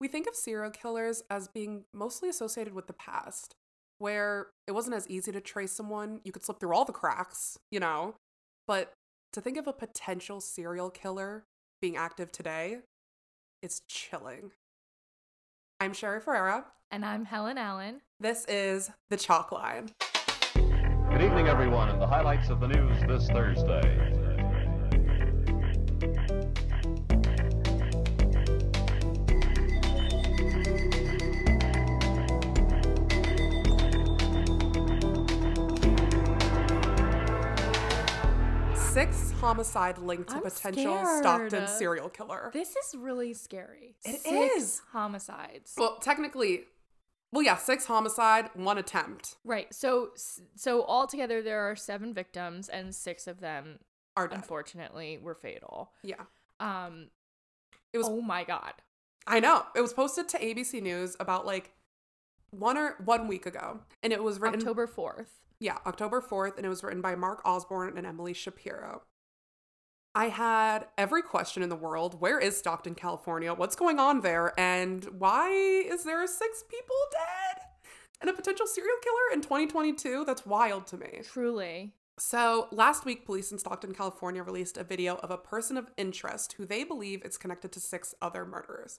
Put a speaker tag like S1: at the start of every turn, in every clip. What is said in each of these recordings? S1: We think of serial killers as being mostly associated with the past, where it wasn't as easy to trace someone. You could slip through all the cracks, you know? But to think of a potential serial killer being active today, it's chilling. I'm Sherry Ferreira.
S2: And I'm Helen Allen.
S1: This is The Chalk Line.
S3: Good evening, everyone, and the highlights of the news this Thursday.
S1: Six homicide linked to
S2: I'm
S1: potential
S2: scared.
S1: Stockton serial killer.
S2: This is really scary.
S1: It
S2: It is
S1: is.
S2: homicides.
S1: Well, technically, well, yeah, six homicide, one attempt
S2: right. So so altogether there are 7 victims and 6 of them
S1: are dead.
S2: unfortunately were fatal.
S1: Yeah.
S2: Um
S1: It was-
S2: Oh my god.
S1: I know. It was posted to ABC News about like one or one week ago. And it was written
S2: October 4th.
S1: Yeah, October 4th, and it was written by Mark Osborne and Emily Shapiro. I had every question in the world. Where is Stockton, California? What's going on there? And why is there six people dead? And a potential serial killer in 2022? That's wild to me.
S2: Truly.
S1: So, last week, police in Stockton, California released a video of a person of interest who they believe is connected to six other murders.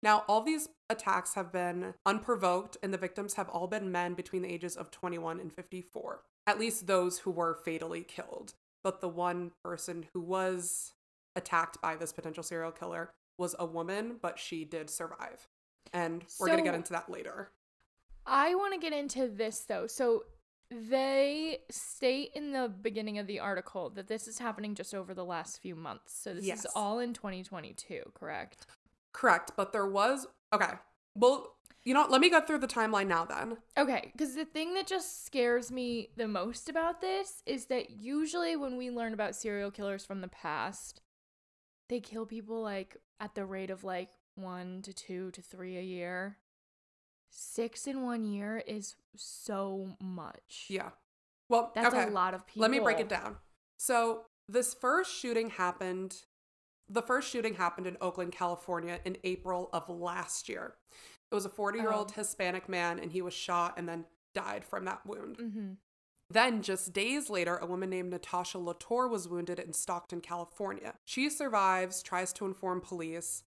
S1: Now, all these attacks have been unprovoked, and the victims have all been men between the ages of 21 and 54, at least those who were fatally killed. But the one person who was attacked by this potential serial killer was a woman, but she did survive. And we're going to get
S2: So-
S1: into that later.
S2: I want to get into this though. So they state in the beginning of the article that this is happening just over the last few months. So this
S1: Yes.
S2: is all in 2022, correct?
S1: Correct, but there was. Okay. Well, you know, what, let me go through the timeline now then.
S2: Okay, because the thing that just scares me the most about this is that usually when we learn about serial killers from the past, they kill people like at the rate of like one to two to three a year. Six in one year is so much.
S1: Yeah. Well,
S2: That's
S1: okay.
S2: a lot of people.
S1: Let me break it down. So, this first shooting happened the first shooting happened in Oakland, California in April of last year. It was a 40-year-old
S2: Oh.
S1: Hispanic man and he was shot and then died from that wound.
S2: Mm-hmm.
S1: Then just days later, a woman named Natasha Latour was wounded in Stockton, California. She survives, tries to inform police.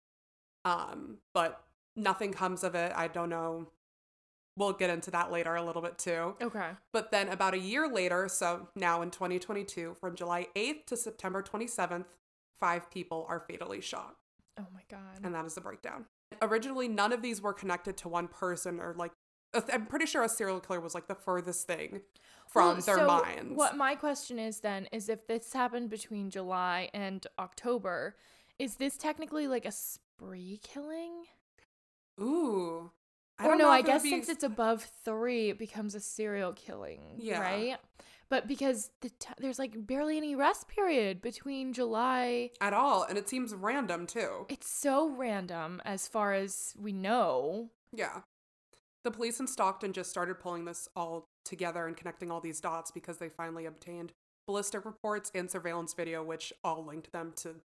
S1: Um, but nothing comes of it. I don't know. We'll get into that later a little bit too.
S2: Okay.
S1: But then about a year later, so now in 2022, from July 8th to September 27th, five people are fatally shot.
S2: Oh my god.
S1: And that is the breakdown. Originally, none of these were connected to one person or like, I'm pretty sure a serial killer was like the furthest thing from
S2: Well,
S1: their
S2: so
S1: minds.
S2: What my question is then is if this happened between July and October, is this technically like a spree killing?
S1: Ooh. I
S2: or
S1: don't
S2: no,
S1: know if
S2: I
S1: it would
S2: guess
S1: be-
S2: since it's above three, it becomes a serial killing,
S1: Yeah.
S2: right? But because the t- there's like barely any rest period between July,
S1: at all, and it seems random too.
S2: it's so random as far as we know.
S1: Yeah. The police in Stockton just started pulling this all together and connecting all these dots because they finally obtained ballistic reports and surveillance video, which all linked them to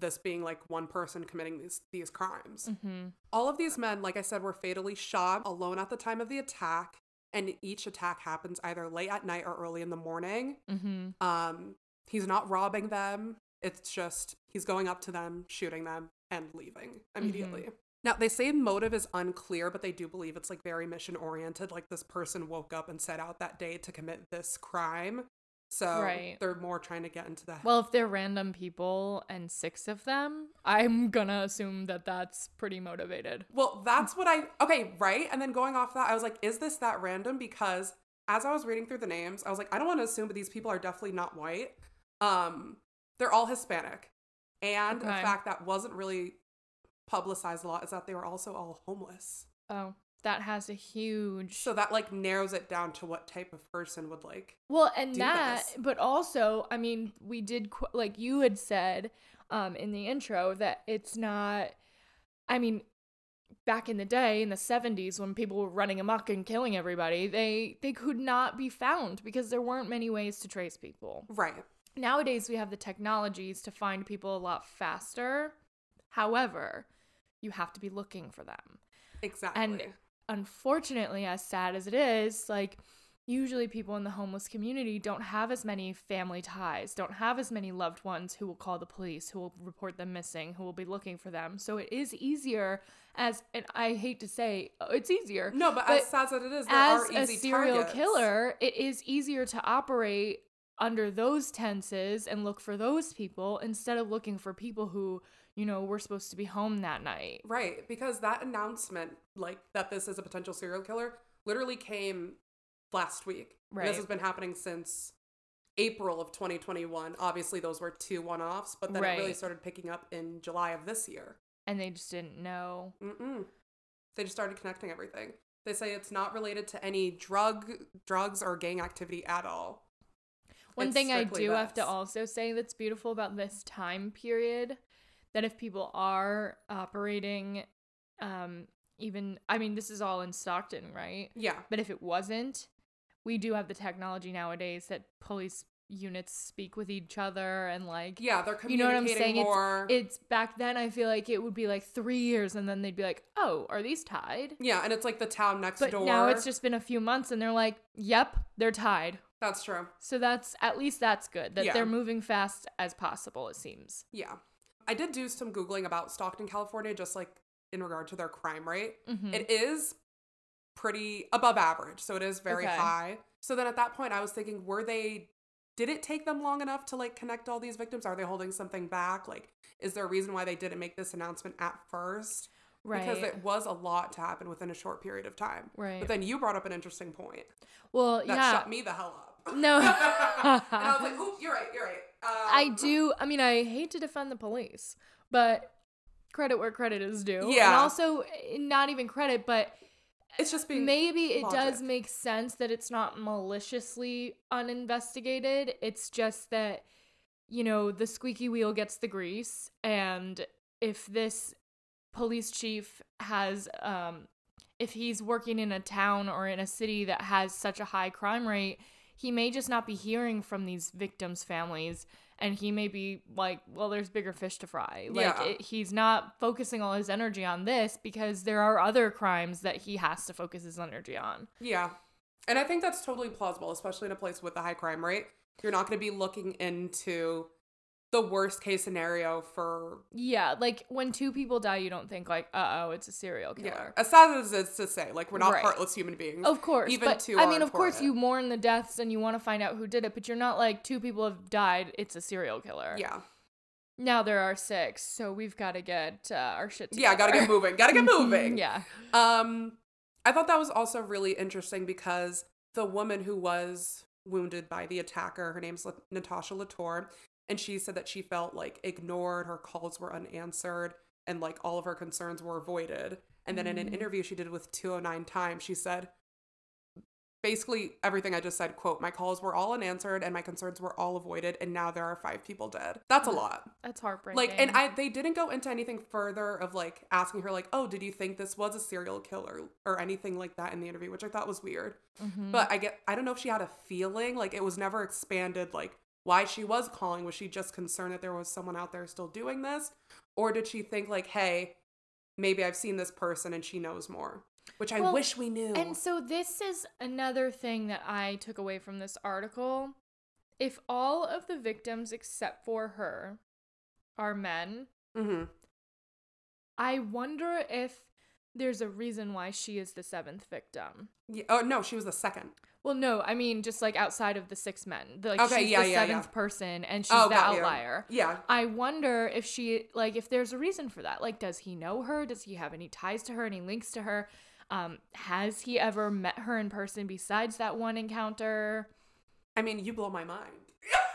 S1: this being like one person committing these these crimes.
S2: hmm
S1: All of these men, like I said, were fatally shot alone at the time of the attack, and each attack happens either late at night or early in the morning.
S2: hmm
S1: Um, he's not robbing them. It's just he's going up to them, shooting them, and leaving immediately. Now they say motive is unclear, but they do believe it's like very mission oriented. Like this person woke up and set out that day to commit this crime. So
S2: Right.
S1: they're more trying to get into the
S2: Well, if they're random people and six of them, I'm gonna assume that that's pretty motivated.
S1: Well, that's what I okay, right? And then going off that, I was like, is this that random? Because as I was reading through the names, I was like, I don't want to assume, but these people are definitely not white. Um, they're all Hispanic, and a
S2: Okay.
S1: fact that wasn't really publicized a lot is that they were also all homeless.
S2: Oh, that has a huge.
S1: So that like narrows it down to what type of person would like.
S2: Well, and
S1: do
S2: that,
S1: this.
S2: but also, I mean, we did qu- like you had said um, in the intro that it's not. I mean, back in the day in the '70s when people were running amok and killing everybody, they they could not be found because there weren't many ways to trace people.
S1: Right.
S2: Nowadays, we have the technologies to find people a lot faster. However, you have to be looking for them.
S1: Exactly.
S2: Unfortunately, as sad as it is, like usually people in the homeless community don't have as many family ties, don't have as many loved ones who will call the police, who will report them missing, who will be looking for them. So it is easier as and I hate to say uh, it's easier.
S1: no, but,
S2: but
S1: as sad as it is, there
S2: as
S1: are
S2: a
S1: easy
S2: serial
S1: targets.
S2: killer, it is easier to operate under those tenses and look for those people instead of looking for people who, you know, were supposed to be home that night.
S1: Right, because that announcement, like that this is a potential serial killer, literally came last week. And
S2: Right.
S1: this has been happening since April of 2021. Obviously, those were two one offs, but then it really
S2: Right.
S1: started picking up in July of this year.
S2: And they just didn't know.
S1: Mm-mm. They just started connecting everything. They say it's not related to any drug, drugs, or gang activity at all.
S2: One
S1: It's
S2: thing I
S1: strictly
S2: do have to
S1: this.
S2: also say that's beautiful about this time period that if people are operating, um, even, I mean, this is all in Stockton, right?
S1: Yeah,
S2: But if it wasn't, we do have the technology nowadays that police units speak with each other and like
S1: yeah, they're
S2: You know
S1: communicating
S2: what I'm saying?
S1: more.
S2: It's- it's back then I feel like it would be like 3 years and then they'd be like, "Oh, are these tied?"
S1: yeah, and it's like the town next
S2: But
S1: door.
S2: now it's just been a few months and they're like, "Yep, they're tied."
S1: that's true.
S2: So that's at least that's good that
S1: Yeah.
S2: they're moving fast as possible it seems.
S1: Yeah. I did do some Googling about Stockton, California, just like in regard to their crime rate.
S2: Mhm.
S1: It is pretty above average, so it is very
S2: Okay.
S1: high. So then at that point, I was thinking, were they, did it take them long enough to like connect all these victims? Are they holding something back? Like, is there a reason why they didn't make this announcement at first?
S2: right.
S1: Because it was a lot to happen within a short period of time.
S2: right.
S1: But then you brought up an interesting point
S2: well,
S1: that
S2: yeah.
S1: shut me the hell up.
S2: No.
S1: and I was like, oop, you're right, you're right.
S2: I
S1: Um,
S2: do. I mean, I hate to defend the police, but credit where credit is due. And
S1: Yeah.
S2: also, eh, not even credit, but
S1: It's just being
S2: maybe it does
S1: logic.
S2: make sense that it's not maliciously uninvestigated. It's just that, you know, the squeaky wheel gets the grease. And if this police chief has, um, if he's working in a town or in a city that has such a high crime rate, he may just not be hearing from these victims' families. And he may be like, well, there's bigger fish to fry. Like,
S1: Yeah.
S2: it, he's not focusing all his energy on this because there are other crimes that he has to focus his energy on.
S1: Yeah. And I think that's totally plausible, especially in a place with a high crime rate. You're not going to be looking into the worst case scenario for,
S2: Yeah, like when two people die, you don't think, like, uh oh, it's a serial
S1: yeah.
S2: killer.
S1: As sad as it's to say, like, we're not
S2: Right. Oh,
S1: heartless human beings.
S2: Of course,
S1: Even
S2: but
S1: two
S2: I
S1: are
S2: mean, of course, you
S1: important.
S2: mourn the deaths and you want to find out who did it, but you're not like two people have died. It's a serial killer.
S1: Yeah.
S2: Now there are six, so we've got to get uh, our shit. Together. Mm-hmm.
S1: Yeah, gotta get moving. Gotta get moving.
S2: yeah.
S1: Um, I thought that was also really interesting because the woman who was wounded by the attacker, her name's La- Natasha Latour, and she said that she felt like ignored, her calls were unanswered, and like all of her concerns were avoided. And then in an
S2: Mm.
S1: interview she did with 209 Time, she said basically everything I just said, quote, my calls were all unanswered and my concerns were all avoided, and now there are five people dead. That's a lot
S2: That's heartbreaking.
S1: like and i they didn't go into anything further of like asking her like oh did you think this was a serial killer or anything like that in the interview which i thought was weird
S2: Mhm.
S1: but i get i don't know if she had a feeling like it was never expanded like why she was calling was she just concerned that there was someone out there still doing this or did she think like hey maybe i've seen this person and she knows more which i
S2: Well,
S1: wish we knew
S2: And so this is another thing that I took away from this article. If all of the victims except for her are men,
S1: hmm
S2: I wonder if there's a reason why she is the seventh victim.
S1: yeah, oh no she was the second
S2: Well, no, I mean just like outside of the six men. The- Like
S1: Okay,
S2: she's
S1: yeah,
S2: the
S1: yeah,
S2: seventh
S1: yeah.
S2: person and she's
S1: Oh,
S2: the
S1: got you.
S2: outlier.
S1: yeah
S2: I wonder if she like if there's a reason for that. Like, does he know her? Does he have any ties to her? Any links to her? Um, has he ever met her in person besides that one encounter?
S1: i mean you blow my mind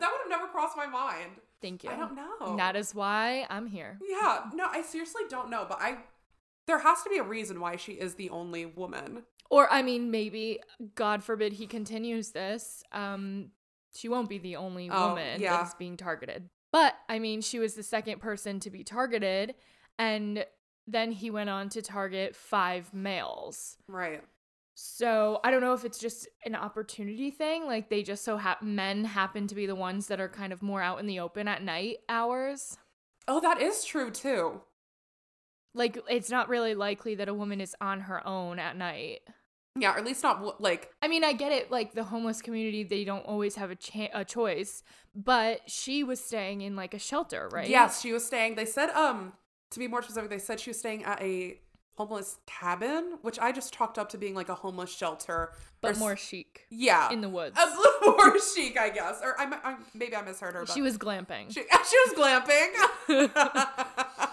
S1: that would have never crossed my mind
S2: Thank you.
S1: i don't know
S2: That is why I'm here.
S1: Yeah, no, I seriously don't know, but I there has to be a reason why she is the only woman.
S2: Or I mean, maybe God forbid he continues this. Um, she won't be the only
S1: Oh,
S2: woman
S1: yeah.
S2: that's being targeted. But I mean, she was the second person to be targeted, and then he went on to target five males.
S1: Right.
S2: So I don't know if it's just an opportunity thing, like they just so hap men happen to be the ones that are kind of more out in the open at night hours.
S1: Oh, that is true too.
S2: Like it's not really likely that a woman is on her own at night.
S1: Yeah, or at least not w- like
S2: I mean, I get it. Like the homeless community, they don't always have a cha- a choice. But she was staying in like a shelter, right?
S1: Yes, she was staying. They said, um, to be more specific, they said she was staying at a homeless cabin, which I just chalked up to being like a homeless shelter, or
S2: but
S1: s-
S2: more chic
S1: yeah,
S2: in the woods.
S1: a blue more chic, I guess. Or I, mi- I maybe I misheard her. But
S2: She was glamping.
S1: she, she was glamping.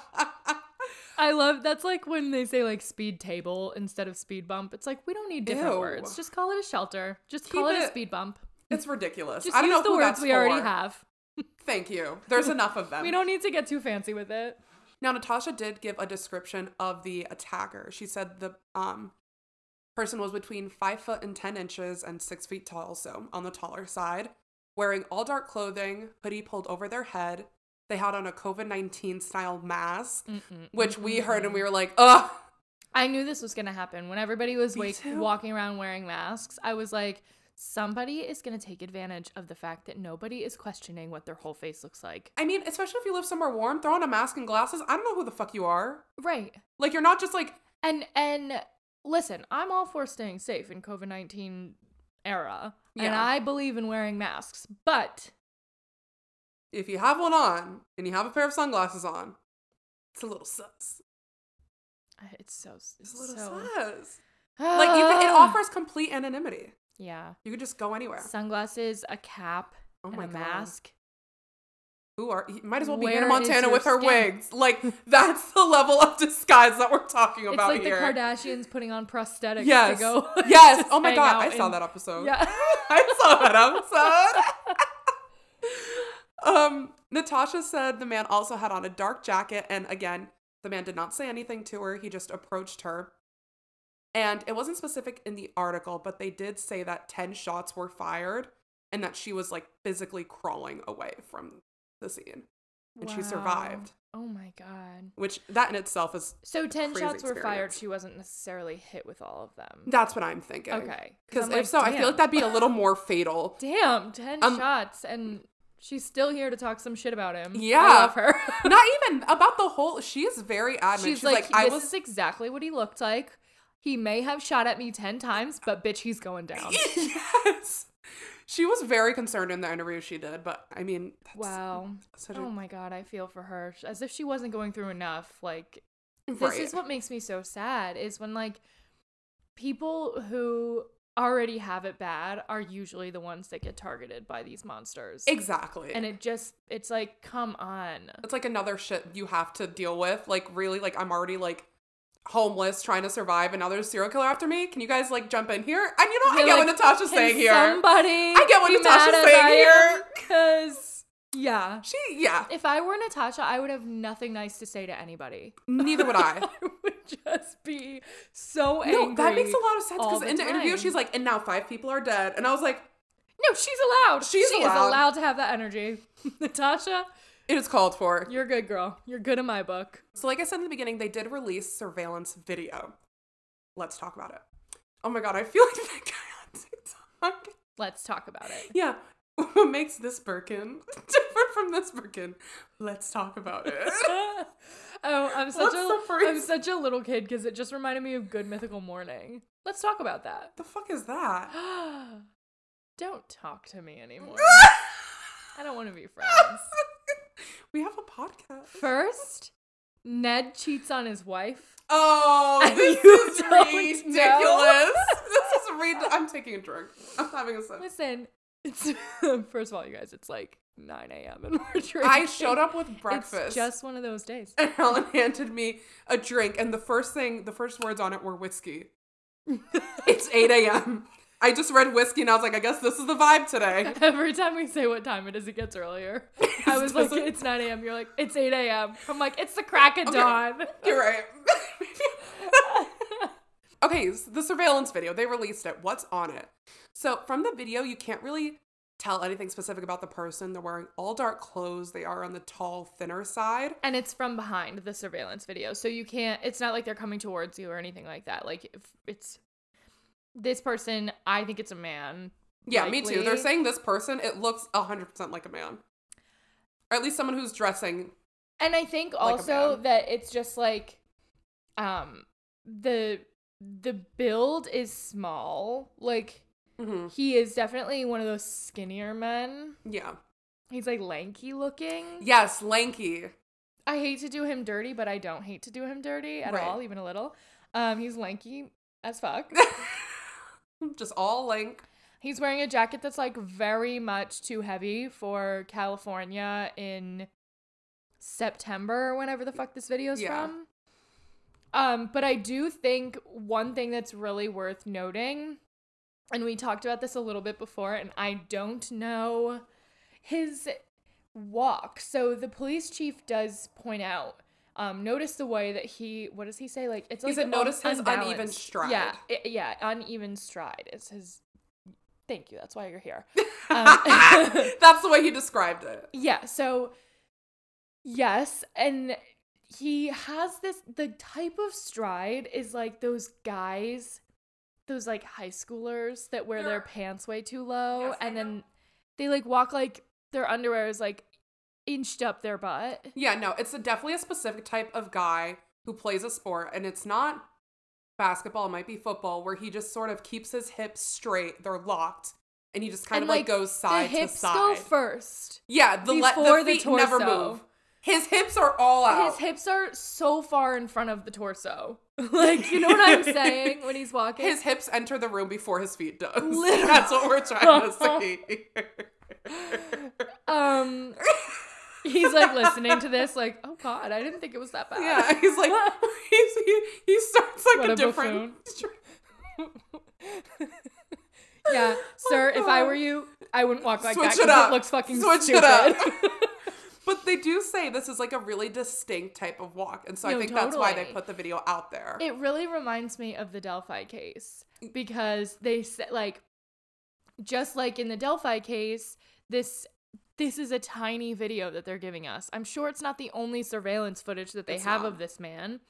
S2: I love that's like when they say like speed table instead of speed bump. It's like we don't need different
S1: Ew.
S2: words. Just call it a shelter. Just call
S1: Keep
S2: it, a
S1: it-
S2: speed bump.
S1: it's ridiculous.
S2: Just
S1: I don't
S2: use
S1: know
S2: the
S1: who
S2: words
S1: that's
S2: we already
S1: for.
S2: have.
S1: Thank you. There's enough of them.
S2: We don't need to get too fancy with it.
S1: Now, Natasha did give a description of the attacker. She said the um, person was between five foot and 10 inches and six feet tall, so on the taller side, wearing all dark clothing, hoodie pulled over their head. They had on a COVID 19 style mask,
S2: Mm-mm.
S1: which we heard and we were like, ugh.
S2: I knew this was gonna happen when everybody was
S1: Me
S2: wake-
S1: too.
S2: walking around wearing masks. I was like, somebody is gonna take advantage of the fact that nobody is questioning what their whole face looks like.
S1: I mean, especially if you live somewhere warm, throw on a mask and glasses. I don't know who the fuck you are.
S2: Right.
S1: Like, you're not just like,
S2: And and listen, I'm all for staying safe in COVID nineteen era, and
S1: Yeah.
S2: I believe in wearing masks. But
S1: if you have one on and you have a pair of sunglasses on, it's a little sus.
S2: it's so it's,
S1: It's a little
S2: so
S1: sus. Like, you can, it
S2: Ah.
S1: offers complete anonymity.
S2: yeah
S1: You could just go anywhere.
S2: sunglasses, a cap,
S1: Oh
S2: and
S1: my
S2: a
S1: God.
S2: mask.
S1: Who are you might as well be
S2: Where
S1: Hannah
S2: is
S1: Montana
S2: your
S1: with her
S2: skin?
S1: wigs. Like that's the level of disguise that we're talking
S2: It's
S1: about
S2: like
S1: here.
S2: the Kardashians putting on prosthetics
S1: yes.
S2: to go.
S1: yes.
S2: just
S1: Oh my
S2: hang
S1: god,
S2: out
S1: I saw
S2: in-
S1: that episode.
S2: Yeah.
S1: I saw that episode. um, Natasha said the man also had on a dark jacket, and again, the man did not say anything to her. He just approached her. And it wasn't specific in the article, but they did say that 10 shots were fired and that she was like physically crawling away from the scene. And she
S2: Wow.
S1: survived,
S2: Oh my god.
S1: which that in itself is
S2: So ten
S1: Crazy
S2: shots were fired.
S1: experience.
S2: She wasn't necessarily hit with all of them.
S1: that's what I'm thinking.
S2: okay.
S1: Because
S2: I'm
S1: if
S2: like,
S1: so, I feel
S2: damn.
S1: like that'd be a little more fatal.
S2: Damn, ten
S1: Um,
S2: shots, and she's still here to talk some shit about him.
S1: Yeah.
S2: I love her.
S1: Not even about the whole. She is very adamant.
S2: she's,
S1: She's,
S2: like,
S1: like, I
S2: this
S1: was.
S2: is exactly what he looked like. He may have shot at me ten times, but bitch, he's going down.
S1: yes. She was very concerned in the interview she did, but I mean, that's
S2: wow.
S1: such a-
S2: Oh my god, I feel for her. As if she wasn't going through enough. Like this
S1: right.
S2: is what makes me so sad is when like people who already have it bad are usually the ones that get targeted by these monsters.
S1: exactly.
S2: And it just it's like, come on.
S1: it's like another shit you have to deal with. Like really, like I'm already like homeless, trying to survive, and now there's a serial killer after me. Can you guys like jump in here? And you know, I
S2: You're
S1: get
S2: like,
S1: what Natasha's
S2: Can
S1: saying here.
S2: Somebody
S1: I get what
S2: be
S1: Natasha's
S2: mad at
S1: saying
S2: I
S1: here.
S2: Because yeah.
S1: She, yeah.
S2: If I were Natasha, I would have nothing nice to say to anybody.
S1: Neither would I.
S2: I would just be so angry.
S1: no, that makes a lot of sense
S2: all
S1: because
S2: the
S1: in the interview
S2: time.
S1: she's like, and now five people are dead, and I was like,
S2: No, she's allowed.
S1: She's
S2: she
S1: allowed.
S2: is allowed to have that energy. Natasha,
S1: it is called for.
S2: you're a good girl. You're good in my book.
S1: So, like I said in the beginning, they did release surveillance video. Let's talk about it. Oh my god, I feel like that guy on TikTok.
S2: Let's talk about it.
S1: Yeah. What makes this Birkin different from this Birkin? Let's talk about it.
S2: oh, I'm such
S1: What's the
S2: a
S1: phrase?
S2: I'm such a little kid because it just reminded me of Good Mythical Morning. Let's talk about that.
S1: the fuck is that?
S2: don't talk to me anymore. I don't want to be friends.
S1: we have a podcast.
S2: First, Ned cheats on his wife.
S1: Oh,
S2: And
S1: this
S2: you
S1: is
S2: don't know.
S1: ridiculous. this is ridiculous. I'm taking a drink. I'm having a sip.
S2: Listen, it's first of all, you guys, it's like 9 a.m. and we're drinking.
S1: I showed up with
S2: It's
S1: breakfast.
S2: just one of those days.
S1: and Alan handed me a drink, and the first thing, the first words on it were whiskey. it's 8 a.m. I just read whiskey, and I was like, I guess this is the vibe today.
S2: Every time we say what time it is, it gets earlier. I was like,
S1: doesn't-
S2: it's 9 a.m. You're like, it's 8 a.m. I'm like, it's the crack of
S1: Okay.
S2: dawn.
S1: You're right. okay, so the surveillance video, they released it. What's on it? So, from the video, you can't really tell anything specific about the person. They're wearing all dark clothes, they are on the tall, thinner side.
S2: And it's from behind the surveillance video. So you can't, it's not like they're coming towards you or anything like that. Like, if it's this person, I think it's a man.
S1: Yeah, me too. They're
S2: likely.
S1: saying this person, it looks 100% like a man. Or at least someone who's dressing
S2: And I think
S1: a
S2: also
S1: man.
S2: that it's just like um the the build is small. Like
S1: Mhm.
S2: he is definitely one of those skinnier men.
S1: Yeah.
S2: He's like lanky looking.
S1: Yes, lanky.
S2: I hate to do him dirty, but I don't hate to do him dirty at
S1: Right.
S2: all, even a little. Um, he's lanky as fuck.
S1: Just all lank.
S2: he's wearing a jacket that's like very much too heavy for California in September, whenever the fuck this video's
S1: Yeah.
S2: from. Um, but I do think one thing that's really worth noting, and we talked about this a little bit before, and I don't know his walk. So the police chief does point out, um, notice the way that he, what does he say? Like it's
S1: He
S2: like
S1: said,
S2: un-
S1: "Notice his uneven
S2: unbalanced."
S1: stride.
S2: Yeah, i- yeah, uneven stride is his. Thank you. That's why you're here. Um,
S1: That's the way he described it.
S2: yeah. So yes, and he has this. The type of stride is like those guys, those like high schoolers that wear their
S1: Sure.
S2: pants way too low,
S1: Yes, I
S2: and then
S1: know.
S2: they like walk like their underwear is like inched up their butt.
S1: Yeah, no, it's a, definitely a specific type of guy who plays a sport, and it's not basketball, it might be football, where he just sort of keeps his hips straight, they're locked, and he just kind of
S2: And,
S1: like,
S2: like,
S1: goes side
S2: the hips
S1: to side.
S2: go first.
S1: yeah, the, le-
S2: before
S1: the
S2: the
S1: feet never
S2: torso.
S1: move. His hips are all out.
S2: His hips are so far in front of the torso. Like, you know what I'm saying when he's walking?
S1: His hips enter the room before his feet does.
S2: Literally.
S1: That's what we're trying to see.
S2: um He's like listening to this, like, oh god, I didn't think it was that bad.
S1: yeah, he's like he's, he, he starts like
S2: What
S1: a,
S2: a
S1: different.
S2: Yeah, sir, if I
S1: Oh, God.
S2: were you, I wouldn't walk like
S1: Switch
S2: that
S1: it
S2: because
S1: up.
S2: it looks fucking
S1: Switch it
S2: stupid.
S1: up. But they do say this is like a really distinct type of walk, and so I
S2: No,
S1: think that's why they
S2: totally.
S1: put the video out there.
S2: It really reminds me of the Delphi case because they said like just like in the Delphi case, this this is a tiny video that they're giving us. I'm sure it's not the only surveillance footage that they
S1: It's
S2: have
S1: not.
S2: of this man,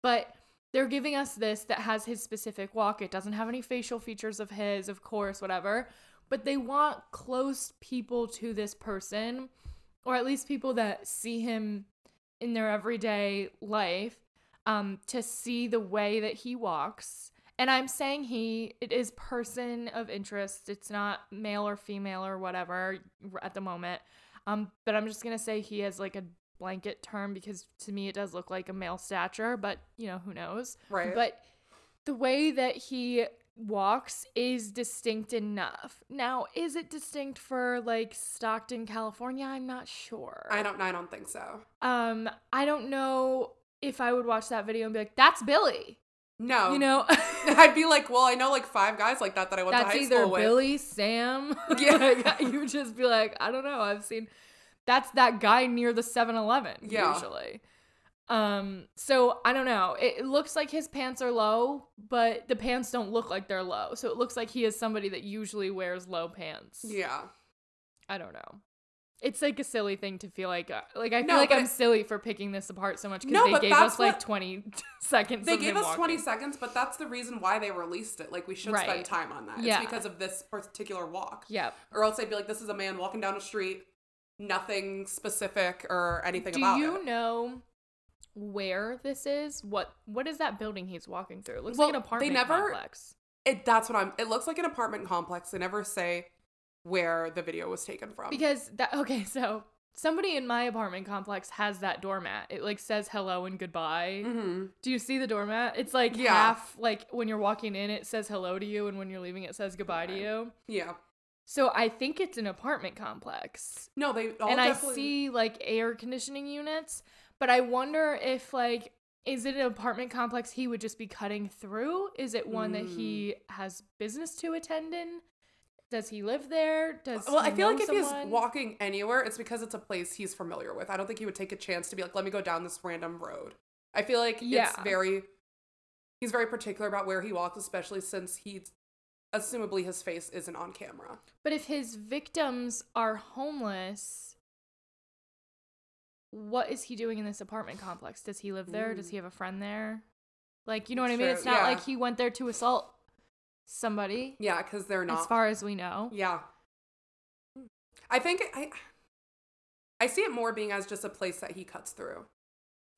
S2: but they're giving us this that has his specific walk. It doesn't have any facial features of his, of course, whatever. But they want close people to this person, or at least people that see him in their everyday life um, to see the way that he walks. And I'm saying he, it is person of interest. It's not male or female or whatever r- at the moment. Um, but I'm just going to say he has like a blanket term because to me it does look like a male stature, but you know, who knows?
S1: right.
S2: But the way that he walks is distinct enough. Now, is it distinct for like Stockton, California? I'm not sure.
S1: I don't I don't think so.
S2: Um, I don't know if I would watch that video and be like, "That's Billy,"
S1: No.
S2: you know.
S1: I'd be like, well, I know like five guys like that that I went to
S2: That's
S1: high
S2: either
S1: school with.
S2: Billy, Sam.
S1: Yeah.
S2: like, you would just be like, I don't know. I've seen. That's that guy near the 7-Eleven
S1: Yeah.
S2: usually. Um. So I don't know. It, it looks like his pants are low, but the pants don't look like they're low. So it looks like he is somebody that usually wears low pants.
S1: Yeah.
S2: I don't know. It's like a silly thing to feel like. uh, Like I feel
S1: No,
S2: like
S1: but
S2: I'm
S1: it-
S2: silly for picking this apart so much because
S1: No,
S2: they
S1: but
S2: gave
S1: that's
S2: us like
S1: what-
S2: 20 seconds.
S1: They
S2: of
S1: gave
S2: him
S1: us 20
S2: walking.
S1: seconds, but that's the reason why they released it. Like, we should
S2: Right.
S1: spend time on that.
S2: Yeah.
S1: It's because of this particular walk.
S2: Yeah.
S1: Or else I'd be like, this is a man walking down a street, nothing specific or anything
S2: Do
S1: about
S2: you
S1: it.
S2: know where this is? What What is that building he's walking through? It looks
S1: Well,
S2: like an
S1: they
S2: apartment
S1: never-
S2: complex.
S1: it. That's what I'm. It looks like an apartment complex. They never say where the video was taken from.
S2: Because that okay, so somebody in my apartment complex has that doormat. It like says hello and goodbye.
S1: Mhm.
S2: Do you see the doormat? It's like
S1: Yeah.
S2: half like when you're walking in, it says hello to you, and when you're leaving, it says goodbye to
S1: Right.
S2: you.
S1: Yeah.
S2: So I think it's an apartment complex.
S1: No, they all
S2: and I
S1: definitely-
S2: see like air conditioning units, but I wonder if like is it an apartment complex he would just be cutting through? Is it one that he
S1: Mm.
S2: has business to attend in? Does he live there? Does
S1: Well,
S2: he
S1: I feel
S2: know
S1: like if
S2: someone?
S1: he's walking anywhere, it's because it's a place he's familiar with. I don't think he would take a chance to be like, let me go down this random road. I feel like it's
S2: Yeah.
S1: very, he's very particular about where he walks, especially since he's, assumably, his face isn't on camera.
S2: But if his victims are homeless, what is he doing in this apartment complex? Does he live there? Does
S1: Ooh.
S2: he have a friend there? Like, you know what I mean?
S1: Mm. True,
S2: It's not
S1: yeah.
S2: like he went there to assault somebody,
S1: Yeah, because they're not.
S2: as far as we know.
S1: yeah. I think I, I see it more being as just a place that he cuts through.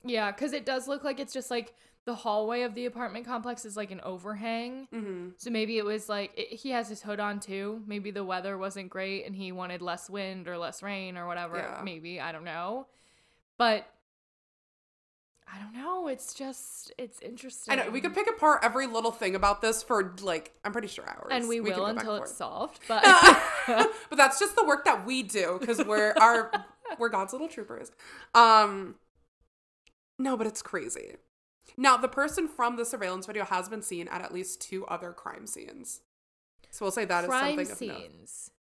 S2: Yeah, because it does look like it's just like the hallway of the apartment complex is like an overhang.
S1: Mm-hmm.
S2: So maybe it was like it, he has his hood on too. Maybe the weather wasn't great and he wanted less wind or less rain or whatever.
S1: Yeah.
S2: Maybe I don't know, but I don't know. It's just it's interesting.
S1: I know we could pick apart every little thing about this for like I'm pretty sure hours,
S2: and we,
S1: could
S2: will
S1: go back
S2: until
S1: and
S2: it's
S1: forth.
S2: solved. But
S1: but that's just the work that we do because we're our we're God's little troopers. Um, no, but it's crazy. Now the person from the surveillance video has been seen at at least two other crime scenes. So we'll say that is
S2: crime
S1: something of note.
S2: scenes.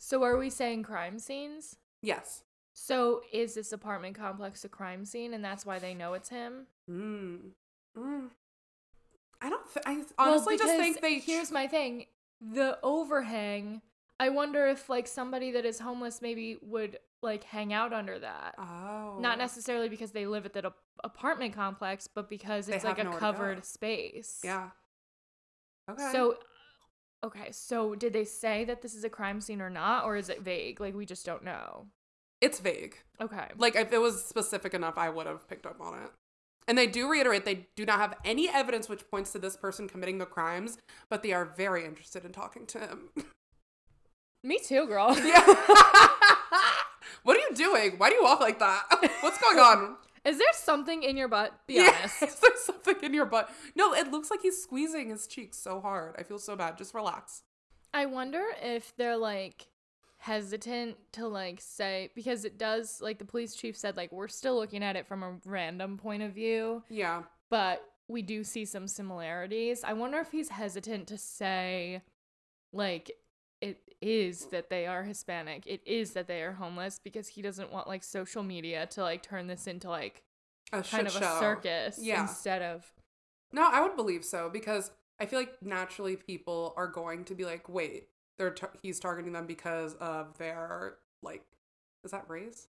S2: So are we saying crime scenes?
S1: Yes.
S2: So is this apartment complex a crime scene, and that's why they know it's him?
S1: Mm. Mm. I don't. Th- I honestly just
S2: because
S1: think they.
S2: Here's my thing: the overhang. I wonder if like somebody that is homeless maybe would like hang out under that.
S1: oh.
S2: Not necessarily because they live at that ap- apartment complex, but because
S1: They
S2: it's like
S1: have
S2: a
S1: nowhere to go.
S2: covered space.
S1: Yeah. Okay.
S2: So, okay. So, did they say that this is a crime scene or not, or is it vague? Like we just don't know.
S1: it's vague.
S2: Okay.
S1: Like if it was specific enough, I would have picked up on it. And they do reiterate they do not have any evidence which points to this person committing the crimes, but they are very interested in talking to him.
S2: Me too, girl.
S1: yeah. what are you doing? Why do you walk like that? What's going on?
S2: Is there something in your butt? Be honest.
S1: Is there something in your butt? No, it looks like he's squeezing his cheeks so hard. I feel so bad. Just relax.
S2: I wonder if they're like hesitant to like say because it does like the police chief said like we're still looking at it from a random point of view,
S1: Yeah.
S2: but we do see some similarities. I wonder if he's hesitant to say like it is that they are Hispanic. It is that they are homeless because he doesn't want like social media to like turn this into like
S1: A
S2: kind
S1: shit
S2: of
S1: show.
S2: a circus
S1: Yeah.
S2: instead of
S1: No, I would believe so because I feel like naturally people are going to be like, wait, they're tar- he's targeting them because of their like, is that race?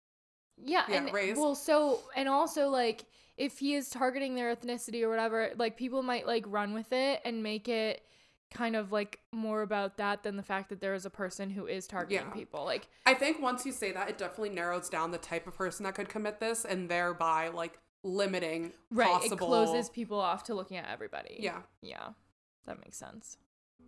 S2: Yeah,
S1: Yeah,
S2: and
S1: race.
S2: well, so and also like if he is targeting their ethnicity or whatever, like people might like run with it and make it kind of like more about that than the fact that there is a person who is targeting
S1: Yeah.
S2: people. Like
S1: I think once you say that, it definitely narrows down the type of person that could commit this, and thereby like limiting
S2: right,
S1: possible.
S2: it closes people off to looking at everybody.
S1: Yeah.
S2: yeah, that makes sense.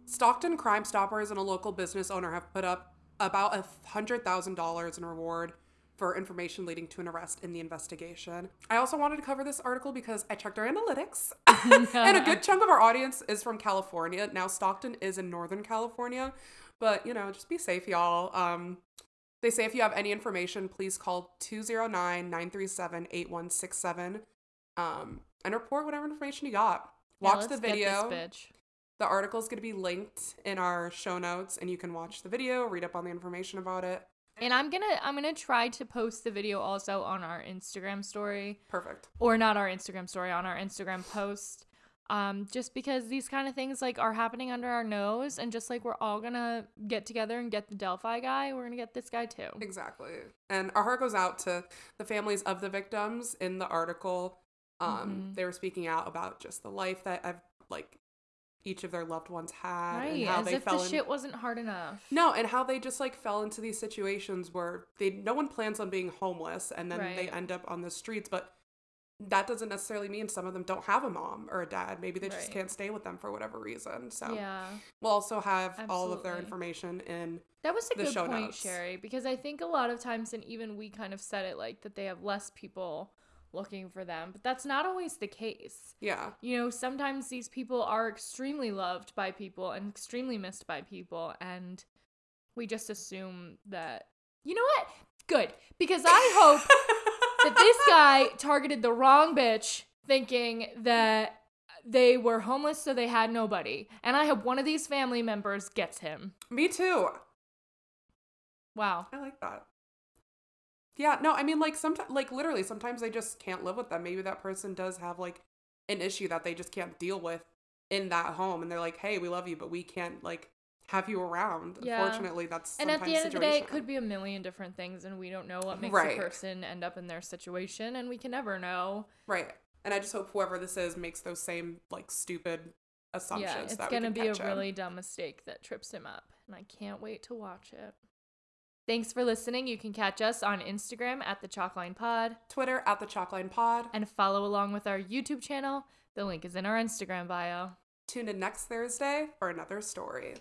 S1: Stockton Crime Stoppers and a local business owner have put up about a hundred thousand dollars in reward for information leading to an arrest in the investigation. I also wanted to cover this article because I checked our analytics and a good chunk of our audience is from California. Now Stockton is in Northern California, but you know, just be safe, y'all. Um, they say if you have any information, please call 209-937-8167 um, and report whatever information you got.
S2: Yeah,
S1: Watch the
S2: let's
S1: video.
S2: Get this bitch.
S1: The article is going to be linked in our show notes, and you can watch the video, read up on the information about it.
S2: And I'm gonna I'm gonna try to post the video also on our Instagram story.
S1: Perfect.
S2: or not our Instagram story, on our Instagram post. Um, just because these kind of things like are happening under our nose, and just like we're all gonna get together and get the Delphi guy, we're gonna get this guy too.
S1: Exactly. And our heart goes out to the families of the victims in the article. Um,
S2: Mhm.
S1: They were speaking out about just the life that I've, like each of their loved ones had and
S2: Right,
S1: how
S2: as
S1: they
S2: if
S1: fell
S2: the
S1: in-
S2: shit wasn't hard enough.
S1: no and how they just like fell into these situations where they no one plans on being homeless and then they
S2: Right.
S1: end up on the streets but that doesn't necessarily mean some of them don't have a mom or a dad maybe they just
S2: Right.
S1: can't stay with them for whatever reason so
S2: Yeah,
S1: We'll also have all of their
S2: Absolutely.
S1: information in.
S2: that was a
S1: The
S2: good
S1: show
S2: point,
S1: notes.
S2: Sherry, because I think a lot of times, and even we kind of said it like that they have less people looking for them, but that's not always the case.
S1: Yeah.
S2: You know, sometimes these people are extremely loved by people and extremely missed by people, and we just assume that. You know what? Good. Because I hope that this guy targeted the wrong bitch thinking that they were homeless so they had nobody. And I hope one of these family members gets him.
S1: Me too.
S2: Wow.
S1: I like that. Yeah. No, I mean, like sometimes, like literally, sometimes they just can't live with them. Maybe that person does have like an issue that they just can't deal with in that home, and they're like, "Hey, we love you, but we can't like have you around."
S2: Yeah.
S1: Unfortunately, that's
S2: And
S1: sometimes
S2: at the end of the day,
S1: situation.
S2: it could be a million different things, and we don't know what makes
S1: Right.
S2: a person end up in their situation, and we can never know.
S1: right. And I just hope whoever this is makes those same like stupid assumptions.
S2: Yeah, it's
S1: that we
S2: gonna
S1: can
S2: be a
S1: catch him.
S2: really dumb mistake that trips him up, and I can't wait to watch it. Thanks for listening. You can catch us on Instagram at the Chalkline Pod
S1: Twitter at the Chalkline Pod.
S2: and follow along with our YouTube channel. The link is in our Instagram bio.
S1: Tune in next Thursday for another story.